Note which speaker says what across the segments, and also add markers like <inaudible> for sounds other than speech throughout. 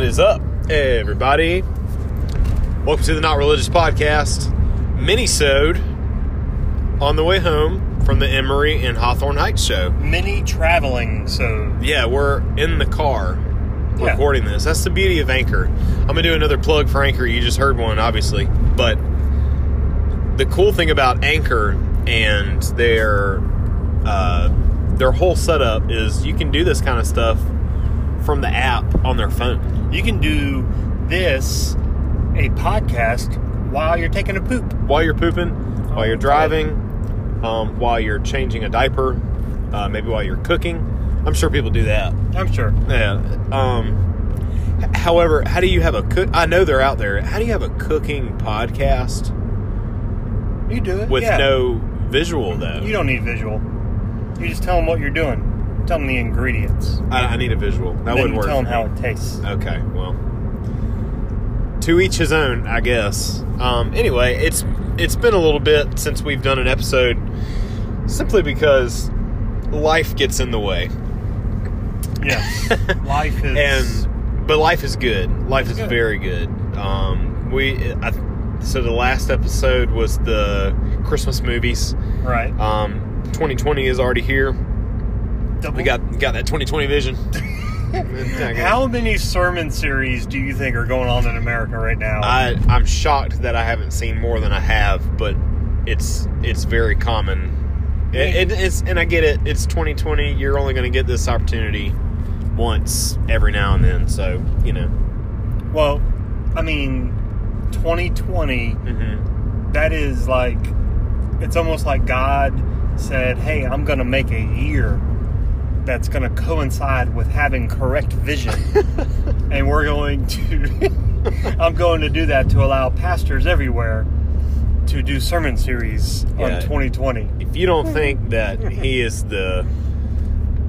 Speaker 1: is up, everybody? Welcome to the Not Religious Podcast, mini-sode on the way home from the Emory and Hawthorne Heights show.
Speaker 2: Mini traveling, so
Speaker 1: Yeah, we're in the car
Speaker 2: Yeah.
Speaker 1: recording this. That's the beauty of Anchor. I'm gonna do another plug for Anchor. You just heard one, obviously, but the cool thing about Anchor and their uh, their whole setup is you can do this kind of stuff from the app on their phone.
Speaker 2: you can do this, a podcast, while you're taking a poop.
Speaker 1: while you're pooping, while you're driving, um, while you're changing a diaper, uh, maybe while you're cooking. I'm sure people do that.
Speaker 2: I'm sure.
Speaker 1: Yeah. Um, h- however, how do you have a cook? I know they're out there. How do you have a cooking podcast
Speaker 2: You do it.
Speaker 1: with
Speaker 2: yeah.
Speaker 1: no visual though?
Speaker 2: You don't need visual. You just tell them what you're doing. Tell them the ingredients.
Speaker 1: I, I need a visual. That wouldn't
Speaker 2: then you
Speaker 1: work.
Speaker 2: Tell them how it tastes.
Speaker 1: Okay, well, to each his own, I guess. Um, anyway, it's it's been a little bit since we've done an episode, simply because life gets in the way, <laughs>
Speaker 2: Yeah. Life is.
Speaker 1: and but life is good. Life is
Speaker 2: Good.
Speaker 1: very good. Um, we I, so the last episode was the Christmas movies.
Speaker 2: right.
Speaker 1: Um, 2020 is already here.
Speaker 2: Double-
Speaker 1: We got got that 2020
Speaker 2: <laughs>
Speaker 1: vision.
Speaker 2: How many sermon series do you think are going on in America right now?
Speaker 1: I, I'm shocked that I haven't seen more than I have, but it's it's very common. It, it, it's and I get it. It's 2020. You're only going to get this opportunity once every now and then. So you know,
Speaker 2: well, I mean, 2020.
Speaker 1: mm-hmm.
Speaker 2: that is like it's almost like god said hey i'm gonna make a year that's gonna coincide with having correct vision and we're going to <laughs> i'm going to do that to allow pastors everywhere to do sermon series
Speaker 1: Yeah.
Speaker 2: on 2020
Speaker 1: if you don't think that he is the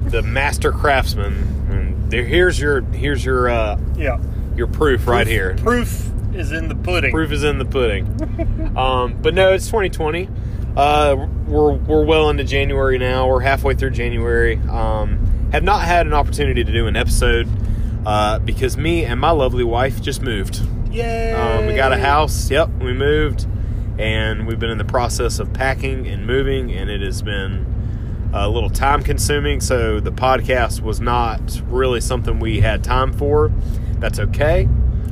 Speaker 1: the master craftsman, and there, here's your here's your uh,
Speaker 2: yeah
Speaker 1: your proof right here.
Speaker 2: proof is in the pudding
Speaker 1: Proof is in the pudding. um, but no, it's 2020. Uh, we're we're well into January now. We're halfway through January. Um, have not had an opportunity to do an episode uh, because me and my lovely wife just moved.
Speaker 2: yay
Speaker 1: Um, we got a house. Yep, we moved, and we've been in the process of packing and moving, and it has been a little time consuming. So the podcast was not really something we had time for. That's okay.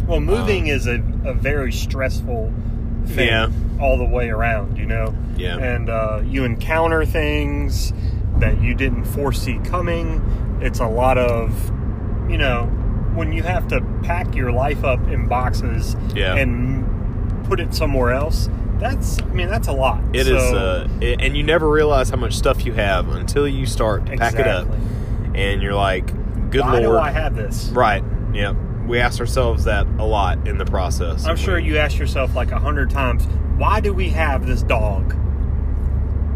Speaker 2: well moving
Speaker 1: um,
Speaker 2: is a, a very stressful thing
Speaker 1: Yeah.
Speaker 2: all the way around you know
Speaker 1: Yeah.
Speaker 2: and uh, you encounter things that you didn't foresee coming. It's a lot of, you know, when you have to pack your life up in boxes
Speaker 1: Yeah.
Speaker 2: and put it somewhere else. That's, I mean, that's a lot.
Speaker 1: It is, uh, it, and you never realize how much stuff you have until you start to pack it up, and you're like, "Good
Speaker 2: Why
Speaker 1: lord!"
Speaker 2: do I have this?
Speaker 1: right? Yeah, we asked ourselves that a lot in the process.
Speaker 2: I'm sure you ask yourself like a hundred times, why do we have this dog?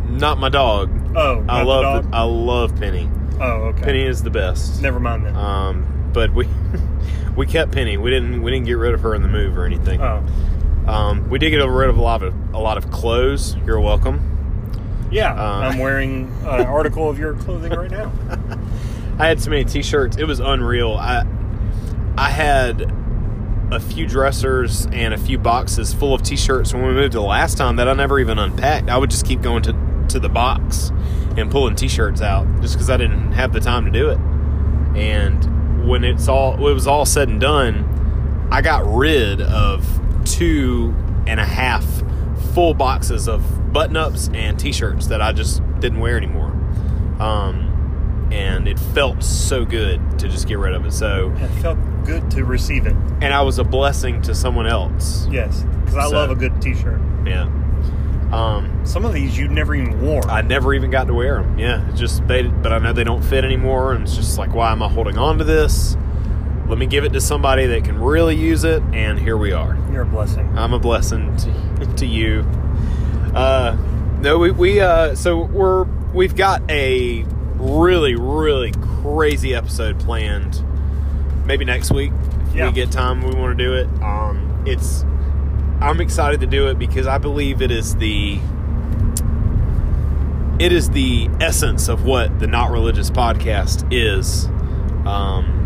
Speaker 1: Not my dog.
Speaker 2: Oh,
Speaker 1: I
Speaker 2: not the
Speaker 1: love,
Speaker 2: dog?
Speaker 1: I love Penny.
Speaker 2: oh, okay.
Speaker 1: Penny is the best.
Speaker 2: Never mind then.
Speaker 1: Um, but we <laughs> we kept Penny. We didn't we didn't get rid of her in the move or anything.
Speaker 2: oh,
Speaker 1: Um, we did get rid of a lot of a lot of clothes. You're welcome.
Speaker 2: yeah.
Speaker 1: uh,
Speaker 2: I'm wearing
Speaker 1: <laughs>
Speaker 2: an article of your clothing right now.
Speaker 1: I had so many t-shirts. It was unreal. I I had a few dressers and a few boxes full of t-shirts when we moved the last time that I never even unpacked. I would just keep going to to the box and pulling t-shirts out just cuz I didn't have the time to do it. And when it's all when it was all said and done, I got rid of two and a half full boxes of button-ups and t-shirts that I just didn't wear anymore. Um, and it felt so good to just get rid of it. So,
Speaker 2: It felt good to receive it.
Speaker 1: and I was a blessing to someone else.
Speaker 2: Yes, because I
Speaker 1: So-
Speaker 2: love a good T-shirt.
Speaker 1: Yeah. Um,
Speaker 2: Some of these you never even wore.
Speaker 1: I never even got to wear them. Yeah, it's just they. But I know they don't fit anymore, and it's just like, why am I holding on to this? Let me give it to somebody that can really use it, and here we are.
Speaker 2: You're a blessing.
Speaker 1: I'm a blessing to, to you. Uh, no, we, we uh, so we're we've got a really really crazy episode planned. Maybe next week if
Speaker 2: Yeah.
Speaker 1: we get time. We want to do it. Um, it's I'm excited to do it because I believe it is the it is the essence of what the not religious podcast is. Um,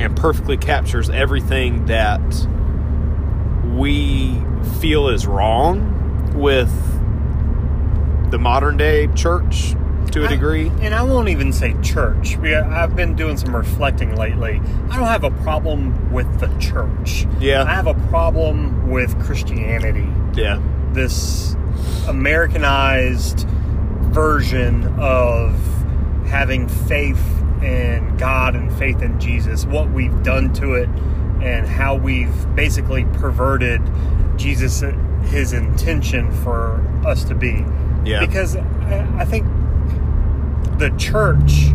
Speaker 1: and perfectly captures everything that we feel is wrong with the modern day church to a
Speaker 2: I-
Speaker 1: degree.
Speaker 2: and I won't even say church. We, I've been doing some reflecting lately. I don't have a problem with the church.
Speaker 1: Yeah.
Speaker 2: I have a problem with Christianity.
Speaker 1: Yeah.
Speaker 2: This Americanized version of having faith in God and faith in Jesus, what we've done to it, and how we've basically perverted Jesus, his intention for us to be.
Speaker 1: Yeah.
Speaker 2: Because I I think the church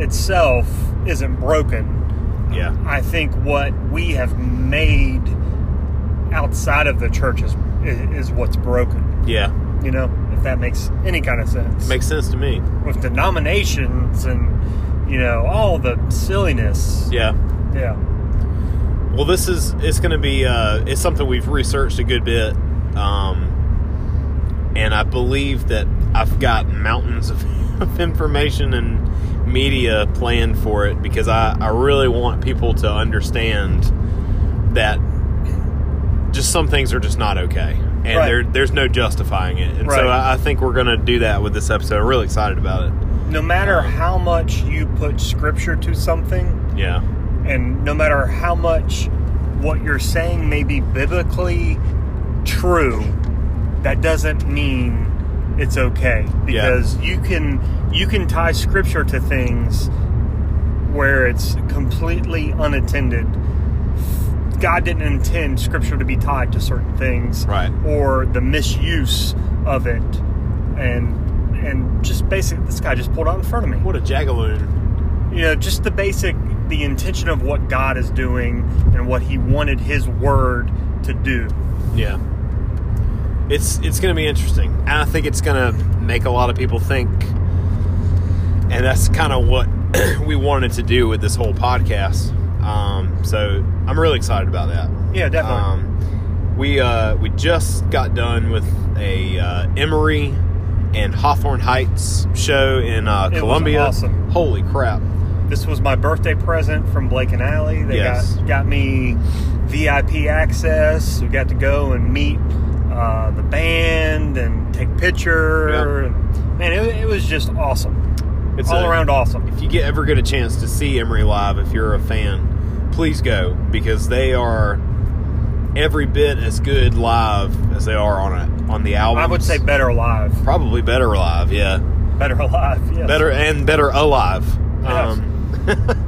Speaker 2: itself isn't broken.
Speaker 1: Yeah.
Speaker 2: I think what we have made outside of the church is, is what's broken.
Speaker 1: Yeah.
Speaker 2: You know, if that makes any kind of sense.
Speaker 1: Makes sense to me.
Speaker 2: With denominations and, you know, all the silliness.
Speaker 1: Yeah.
Speaker 2: Yeah.
Speaker 1: Well, this is it's going to be uh, it's something we've researched a good bit, um, and I believe that I've got mountains of, <laughs> of information and media planned for it because I I really want people to understand that just some things are just not okay, and
Speaker 2: Right.
Speaker 1: there there's no justifying it, and so
Speaker 2: Right.
Speaker 1: I, I think we're going to do that with this episode. I'm really excited about it.
Speaker 2: No matter how much you put scripture to something,
Speaker 1: Yeah,
Speaker 2: and no matter how much what you're saying may be biblically true that doesn't mean it's okay because you can you can tie scripture to things where it's completely unattended god didn't intend scripture to be tied to certain things
Speaker 1: Right.
Speaker 2: or the misuse of it and and just basically this guy just pulled out in front of me
Speaker 1: what a jagaloon.
Speaker 2: you know just the basic the intention of what god is doing and what he wanted his word to do
Speaker 1: Yeah. It's it's going to be interesting, and I think it's going to make a lot of people think. And that's kind of what <clears throat> we wanted to do with this whole podcast. Um, so I'm really excited about that.
Speaker 2: yeah definitely
Speaker 1: Um, we uh, we just got done with a uh, Emory and Hawthorne Heights show in uh,
Speaker 2: It was
Speaker 1: Columbia.
Speaker 2: awesome.
Speaker 1: Holy crap!
Speaker 2: this was my birthday present from blake and Allie. they
Speaker 1: Yes.
Speaker 2: got, got me vip access we got to go and meet uh, the band and take picture and, man it, it was just awesome
Speaker 1: It's
Speaker 2: all
Speaker 1: a-
Speaker 2: around awesome
Speaker 1: if you get ever get a chance to see Emory live, if you're a fan, please go because they are every bit as good live as they are on a on the album.
Speaker 2: i would say better alive
Speaker 1: probably better live, yeah,
Speaker 2: better alive yes.
Speaker 1: better and better alive.
Speaker 2: Yes.
Speaker 1: Um,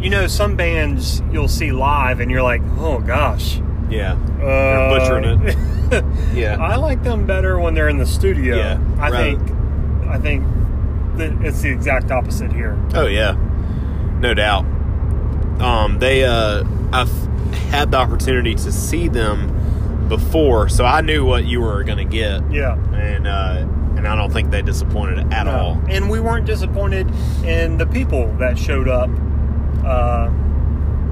Speaker 2: you know some bands you'll see live and you're like oh gosh
Speaker 1: yeah,
Speaker 2: Uh,
Speaker 1: butchering
Speaker 2: <laughs>
Speaker 1: yeah,
Speaker 2: I like them better when they're in the studio.
Speaker 1: Yeah,
Speaker 2: I
Speaker 1: right.
Speaker 2: think I think that it's the exact opposite here.
Speaker 1: Oh yeah, no doubt. Um, they uh, I've had the opportunity to see them before, so I knew what you were gonna get.
Speaker 2: Yeah. Uh,
Speaker 1: and uh, and I don't think they disappointed at all.
Speaker 2: And we weren't disappointed in the people that showed up. Uh,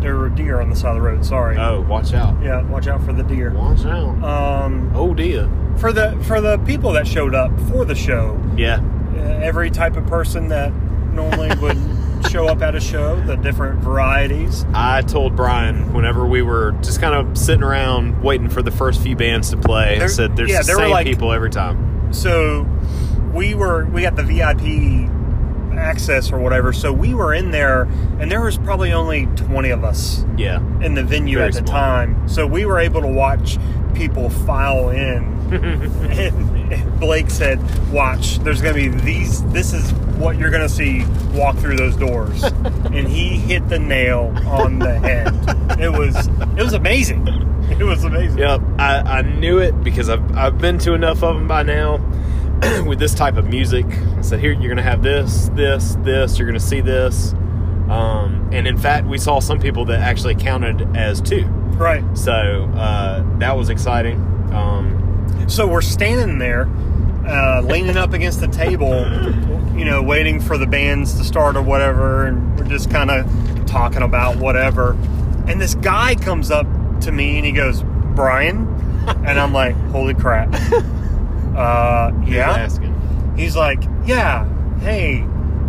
Speaker 2: there were deer on the side of the road, sorry.
Speaker 1: Oh, watch out!
Speaker 2: Yeah, watch out for the deer.
Speaker 1: Watch out!
Speaker 2: Um,
Speaker 1: Oh dear.
Speaker 2: for the for the people that showed up for the show,
Speaker 1: Yeah,
Speaker 2: uh, every type of person that normally
Speaker 1: <laughs>
Speaker 2: would show up at a show, the different varieties.
Speaker 1: I told Brian whenever we were just kind of sitting around waiting for the first few bands to play. I
Speaker 2: There-
Speaker 1: said there's
Speaker 2: yeah,
Speaker 1: the
Speaker 2: there were
Speaker 1: same
Speaker 2: like-
Speaker 1: people every time.
Speaker 2: so we were we got the VIP access or whatever. So we were in there, and there was probably only twenty of us
Speaker 1: Yeah,
Speaker 2: in the venue
Speaker 1: Very
Speaker 2: at the
Speaker 1: small.
Speaker 2: time. So we were able to watch people file
Speaker 1: <laughs>
Speaker 2: in. and, and Blake said, "Watch, there's going to be these. This is what you're going to see walk through
Speaker 1: <laughs>
Speaker 2: those doors." and he hit the nail on the head. It was it was amazing. It was amazing.
Speaker 1: Yep, I, I knew it because I've, I've been to enough of them by now <clears throat> with this type of music. I said, here, you're going to have this, this, this, you're going to see this. Um, and in fact, we saw some people that actually counted as two.
Speaker 2: Right.
Speaker 1: So uh, that was exciting. Um,
Speaker 2: So we're standing there, uh, leaning up against the table, you know, waiting for the bands to start or whatever, and we're just kind of talking about whatever. And this guy comes up to me and he goes, "Brian," and I'm like, "Holy crap!" <laughs> Uh,
Speaker 1: he was
Speaker 2: yeah.
Speaker 1: Asking.
Speaker 2: He's like, "Yeah, hey,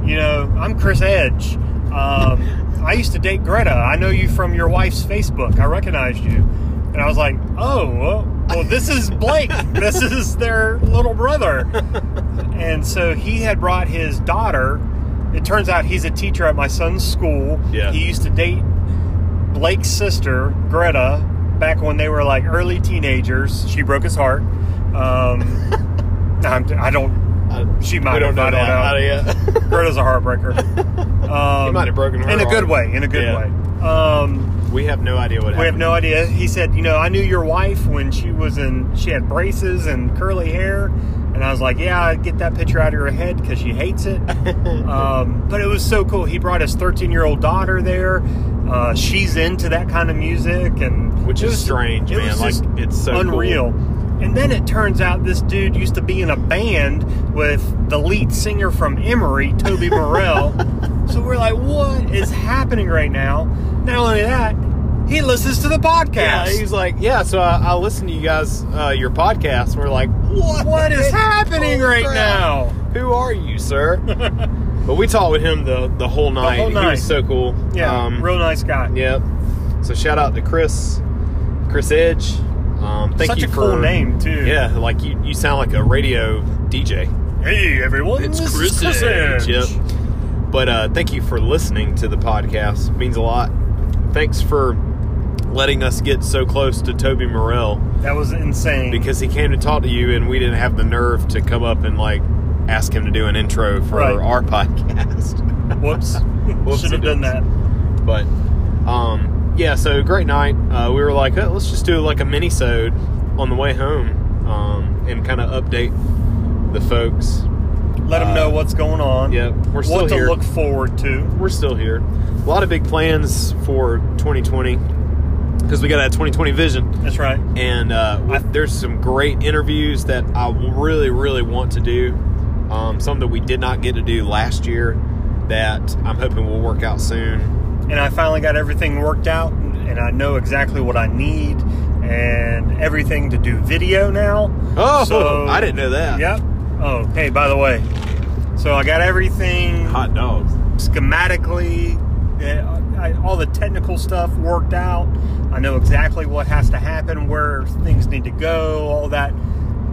Speaker 2: you know, I'm Chris Edge. Um, I used to date Greta. I know you from your wife's Facebook. I recognized you. And I was like, oh, well, well this is Blake. this is their little brother. And so he had brought his daughter. It turns out he's a teacher at my son's school.
Speaker 1: Yeah.
Speaker 2: He used to date Blake's sister, Greta, back when they were like early teenagers. She broke his heart. Um, I'm, I don't,
Speaker 1: I,
Speaker 2: she might
Speaker 1: we don't
Speaker 2: have,
Speaker 1: know
Speaker 2: I don't
Speaker 1: that
Speaker 2: know.
Speaker 1: Not yet.
Speaker 2: Greta's
Speaker 1: <laughs>
Speaker 2: a heartbreaker. Um,
Speaker 1: He might have broken her
Speaker 2: In a good
Speaker 1: heart.
Speaker 2: way, in a good
Speaker 1: Yeah.
Speaker 2: way.
Speaker 1: <laughs>
Speaker 2: Um,
Speaker 1: we have no idea what
Speaker 2: we have
Speaker 1: happened.
Speaker 2: no idea. He said, you know, I knew your wife when she was in, she had braces and curly hair. And I was like, yeah, I get that picture out of her head because she
Speaker 1: <laughs>
Speaker 2: hates it. um, but it was so cool. He brought his 13 year old daughter there. Uh, she's into that kind of music, and
Speaker 1: Which
Speaker 2: it
Speaker 1: is
Speaker 2: was-
Speaker 1: strange,
Speaker 2: it
Speaker 1: man.
Speaker 2: was
Speaker 1: Like
Speaker 2: just
Speaker 1: it's so cool.
Speaker 2: unreal. And then it turns out this dude used to be in a band with the lead singer from Emory,
Speaker 1: <laughs>
Speaker 2: Toby Morell. so we're like, what is happening right now? Not only that, he listens to the podcast.
Speaker 1: Yeah, he's like, yeah. So I, I listen to you guys, uh, your podcast. We're like, what?
Speaker 2: what is
Speaker 1: the- <laughs>
Speaker 2: happening
Speaker 1: holy
Speaker 2: right
Speaker 1: crap.
Speaker 2: now?
Speaker 1: Who are you,
Speaker 2: <laughs>
Speaker 1: sir? but we talked with him the the whole night.
Speaker 2: whole
Speaker 1: He
Speaker 2: night.
Speaker 1: was so cool.
Speaker 2: Yeah,
Speaker 1: Um,
Speaker 2: real nice guy.
Speaker 1: Yep. So shout out to Chris, Chris Edge. Um, thank
Speaker 2: Such
Speaker 1: you
Speaker 2: a
Speaker 1: for
Speaker 2: cool name too.
Speaker 1: Yeah, like you, you sound like a radio DJ.
Speaker 2: Hey everyone,
Speaker 1: It's
Speaker 2: this
Speaker 1: Chris
Speaker 2: is Chris
Speaker 1: Edge.
Speaker 2: Edge.
Speaker 1: Yep. But uh, thank you for listening to the podcast. It means a lot. Thanks for letting us get so close to Toby Morell
Speaker 2: That was insane.
Speaker 1: because he came to talk to you and we didn't have the nerve to come up and like ask him to do an intro for
Speaker 2: Right.
Speaker 1: our podcast. <laughs>
Speaker 2: <laughs> whoops,
Speaker 1: Whoops,
Speaker 2: should
Speaker 1: it
Speaker 2: have done
Speaker 1: is.
Speaker 2: that.
Speaker 1: but um, yeah, so great night. Uh, we were like, oh, let's just do like a mini sode on the way home um, and kind of update the folks.
Speaker 2: Let them
Speaker 1: Uh,
Speaker 2: know what's going on.
Speaker 1: Yep, we're still
Speaker 2: what to
Speaker 1: here.
Speaker 2: look forward to.
Speaker 1: we're still here. A lot of big plans for 2020 because we got that 2020 vision,
Speaker 2: That's right.
Speaker 1: and uh,
Speaker 2: I-
Speaker 1: there's some great interviews that I really, really want to do. Um, some that we did not get to do last year that I'm hoping will work out soon.
Speaker 2: And I finally got everything worked out, and I know exactly what I need and everything to do video now.
Speaker 1: Oh,
Speaker 2: So-
Speaker 1: I didn't know that.
Speaker 2: Yep. Oh, hey, by the way, so I got everything
Speaker 1: Hot dogs.
Speaker 2: schematically, eh, I, all the technical stuff worked out. I know exactly what has to happen, where things need to go, all that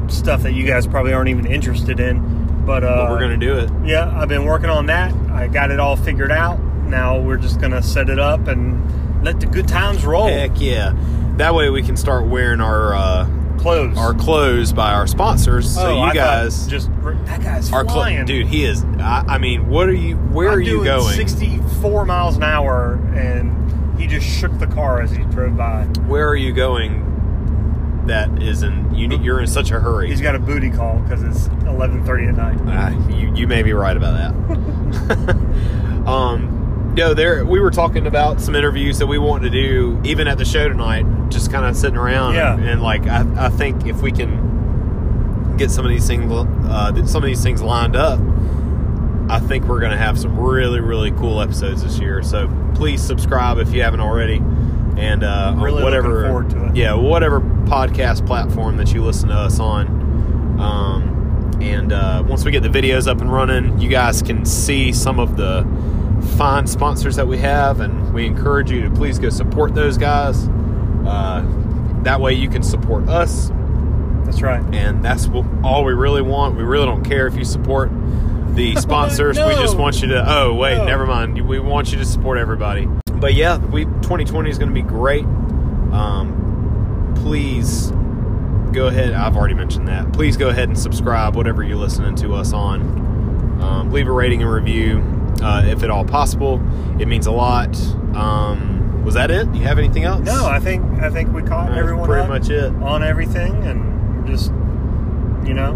Speaker 2: stuff that you guys probably aren't even interested in. But uh,
Speaker 1: but we're gonna do it.
Speaker 2: Yeah, I've been working on that. I got it all figured out. Now we're just gonna set it up and let the good times roll.
Speaker 1: Heck yeah! That way we can start wearing our uh,
Speaker 2: Close.
Speaker 1: our clothes by our sponsors.
Speaker 2: Oh,
Speaker 1: so you
Speaker 2: I thought
Speaker 1: guys.
Speaker 2: just that guy's
Speaker 1: our clo-
Speaker 2: flying,
Speaker 1: dude, he is. I, I mean, what are you? Where
Speaker 2: I'm
Speaker 1: are you
Speaker 2: doing
Speaker 1: going?
Speaker 2: Sixty-four miles an hour, and he just shook the car as he drove by.
Speaker 1: where are you going that is in you need, you're in such a hurry
Speaker 2: He's got a booty call because it's eleven thirty at night.
Speaker 1: Ah, you, you may be right about that <laughs> um no there we were talking about some interviews that we want to do even at the show tonight just kind of sitting around
Speaker 2: Yeah.
Speaker 1: and, like I, I think if we can get some of these things uh, th- some of these things lined up I think we're going to have some really really cool episodes this year so please subscribe if you haven't already and uh, on
Speaker 2: Really looking
Speaker 1: whatever
Speaker 2: forward to it.
Speaker 1: yeah whatever podcast platform that you listen to us on um, and uh, once we get the videos up and running you guys can see some of the fine sponsors that we have and we encourage you to please go support those guys uh, that way you can support us
Speaker 2: That's right.
Speaker 1: and that's what, all we really want we really don't care if you support
Speaker 2: <laughs>
Speaker 1: the sponsors we just
Speaker 2: Oh, No.
Speaker 1: want you to oh wait
Speaker 2: No.
Speaker 1: never mind we want you to support everybody but yeah we 2020 is going to be great um, please go ahead i've already mentioned that please go ahead and subscribe whatever you're listening to us on um, leave a rating and review uh, if at all possible it means a lot um, was that it you have anything else
Speaker 2: No, I think I think we caught
Speaker 1: That's
Speaker 2: everyone
Speaker 1: pretty
Speaker 2: up
Speaker 1: much it
Speaker 2: on everything, and we're just you know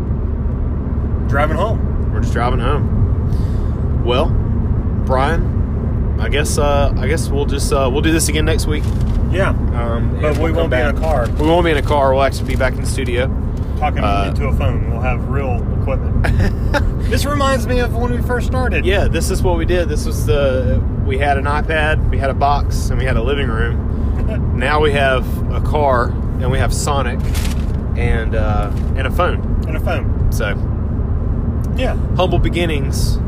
Speaker 2: driving home.
Speaker 1: We're just driving home. Well, Brian, I guess uh, I guess we'll just uh, we'll do this again next week.
Speaker 2: Yeah,
Speaker 1: Um, and
Speaker 2: but we
Speaker 1: we'll come
Speaker 2: won't be in a
Speaker 1: back.
Speaker 2: car
Speaker 1: We won't be in a car. We'll actually be back in the
Speaker 2: <laughs>
Speaker 1: studio.
Speaker 2: talking
Speaker 1: Uh,
Speaker 2: into a phone. We'll have real equipment.
Speaker 1: <laughs>
Speaker 2: this reminds me of when we first started. <laughs>
Speaker 1: yeah, this is what we did. This was the we had an iPad, we had a box, and we had a living room. Now we have a car, and we have Sonic, and uh, and a phone.
Speaker 2: and a phone.
Speaker 1: So
Speaker 2: Yeah,
Speaker 1: humble beginnings.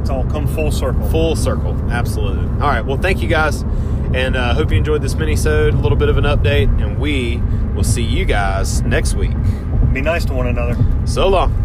Speaker 2: It's all come full circle.
Speaker 1: Full circle. Absolutely. All right. Well, thank you guys. And uh, hope you enjoyed this mini-sode, a little bit of an update. And we will see you guys next week.
Speaker 2: Be nice to one another.
Speaker 1: So long.